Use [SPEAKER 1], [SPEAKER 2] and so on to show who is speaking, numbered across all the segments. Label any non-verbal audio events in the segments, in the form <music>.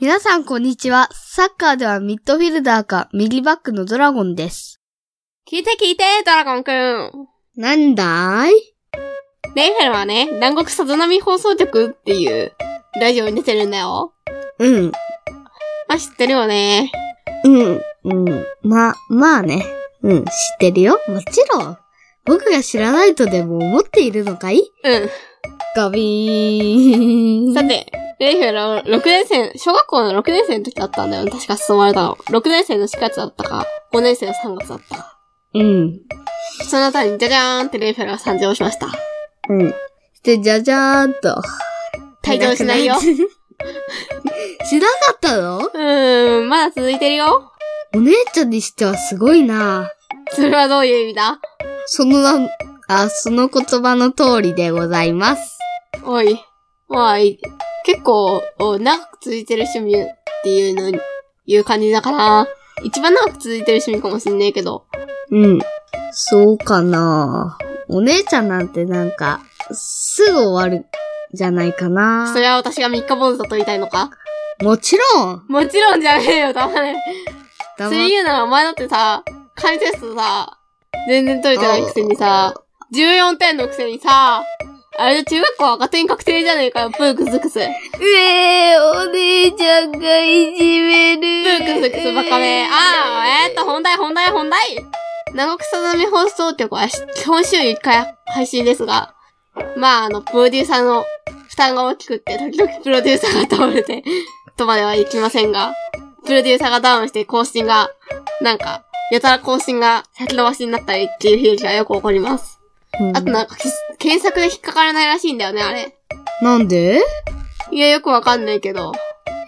[SPEAKER 1] 皆さんこんにちは。サッカーではミッドフィルダーか右バックのドラゴンです。
[SPEAKER 2] 聞いて聞いて、ドラゴンくん。
[SPEAKER 1] なんだーい
[SPEAKER 2] レイフェルはね、南国さざ波放送局っていうラジオに出てるんだよ。
[SPEAKER 1] うん、
[SPEAKER 2] まあ知ってるよね。
[SPEAKER 1] うん、うん。ま、まあね。うん、知ってるよ。もちろん。僕が知らないとでも思っているのかい
[SPEAKER 2] うん。
[SPEAKER 1] ガビーン。
[SPEAKER 2] さて、レイフェルは6年生、小学校の6年生の時だったんだよね。確か勧まれたの。6年生の4月だったか、5年生の3月だったか。
[SPEAKER 1] うん。
[SPEAKER 2] そのあたりにじゃじゃーんってレイフェルが参上しました。
[SPEAKER 1] うん。で、じゃじゃーんと。
[SPEAKER 2] 退場しない
[SPEAKER 1] <laughs>
[SPEAKER 2] よ
[SPEAKER 1] しなかったの
[SPEAKER 2] <laughs> うーん、まだ続いてるよ。
[SPEAKER 1] お姉ちゃんにしてはすごいな
[SPEAKER 2] それはどういう意味だ
[SPEAKER 1] そのな、あ、その言葉の通りでございます。
[SPEAKER 2] おい。まあ、い結構、お長く続いてる趣味っていうの、いう感じだから、一番長く続いてる趣味かもしんないけど。
[SPEAKER 1] うん。そうかなお姉ちゃんなんてなんか、すぐ終わる、じゃないかな
[SPEAKER 2] それは私が三日坊主だと言いたいのか
[SPEAKER 1] もちろん
[SPEAKER 2] もちろんじゃねえよ、たまね。
[SPEAKER 1] 黙
[SPEAKER 2] そ
[SPEAKER 1] っ
[SPEAKER 2] れ言うならお前だってさ、紙テストさ、全然取れてないくせにさ、14点のくせにさ、あれで中学校赤点確定じゃねえかよ、プークスクス。
[SPEAKER 1] うえー、お姉ちゃんがいじめる
[SPEAKER 2] プークスクスバカめ。あー、えーっと、本題、本題、本題南国さざみ放送局はし今週1回配信ですが、まあ、あの、プロデューサーの負担が大きくって、時々プロデューサーが倒れて、 <laughs> とまではいきませんが、プロデューサーがダウンして更新が、なんか、やたら更新が先延ばしになったりっていう悲劇がよく起こります。
[SPEAKER 1] うん
[SPEAKER 2] あとなんか、け検索で引っかからないらしいんだよね、あれ。
[SPEAKER 1] なんで
[SPEAKER 2] いや、よくわかんないけど。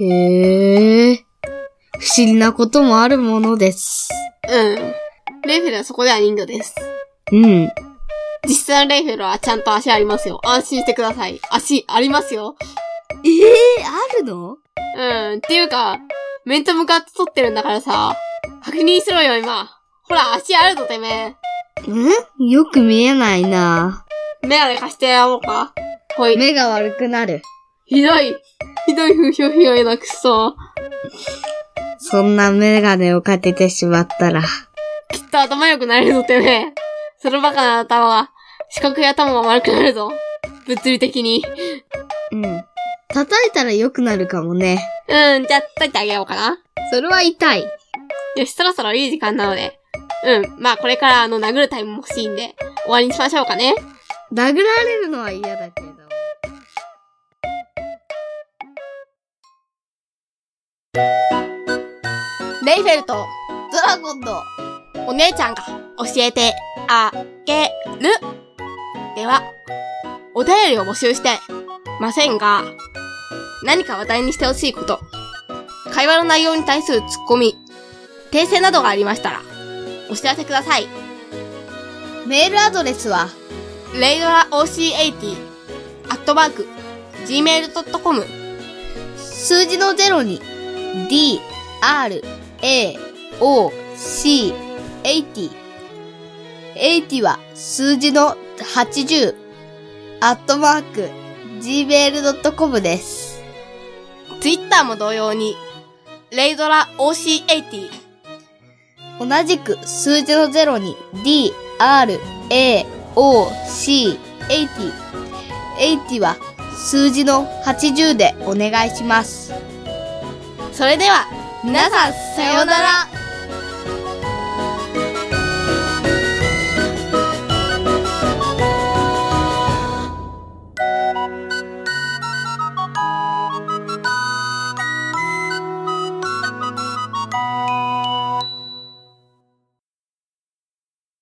[SPEAKER 1] へえ。不思議なこともあるものです。
[SPEAKER 2] うん。レイフェルはそこでは人魚です。
[SPEAKER 1] うん。
[SPEAKER 2] 実際のレイフェルはちゃんと足ありますよ。安心してください。足ありますよ。
[SPEAKER 1] ええあるの
[SPEAKER 2] うん。っていうか、面と向かって撮ってるんだからさ、確認しろよ、今。ほら、足あるぞ、てめ
[SPEAKER 1] んよく見えないな
[SPEAKER 2] え。メガネ貸してやろうか。ほい。
[SPEAKER 1] 目が悪くなる。
[SPEAKER 2] ひどい。ひどい風評被害だ、くそ。
[SPEAKER 1] そんなメガネをかけてしまったら。
[SPEAKER 2] きっと頭良くなれるぞ、てめえ。そのバカな頭は、四角い頭が丸くなるぞ。物理的に。
[SPEAKER 1] うん。叩いたら良くなるかもね。
[SPEAKER 2] うん、じゃあ、撮ってあげようかな。
[SPEAKER 1] それは痛い。
[SPEAKER 2] よし、そろそろいい時間なので。うん。まあ、これからあの、殴るタイムも欲しいんで、終わりにしましょうかね。
[SPEAKER 1] 殴られるのは嫌だけど。
[SPEAKER 2] レイフェルと、ドラゴンの、お姉ちゃんが、教えて、あ、げ、る。では、お便りを募集して、ませんが、何か話題にしてほしいこと、会話の内容に対するツッコミ、訂正などがありましたら、お知らせください。
[SPEAKER 1] メールアドレスは、
[SPEAKER 2] レイドラ OC80、アットマーク、gmail.com、
[SPEAKER 1] 数字の0に d, r, a, o, c, 80。80は数字の80。アットマーク、gmail.com です。
[SPEAKER 2] ツイッターも同様に、レイドラ OC80、
[SPEAKER 1] 同じく数字の0に d, r, a, o, c, 80。80は数字の80でお願いします。
[SPEAKER 2] それでは、皆さん、さようなら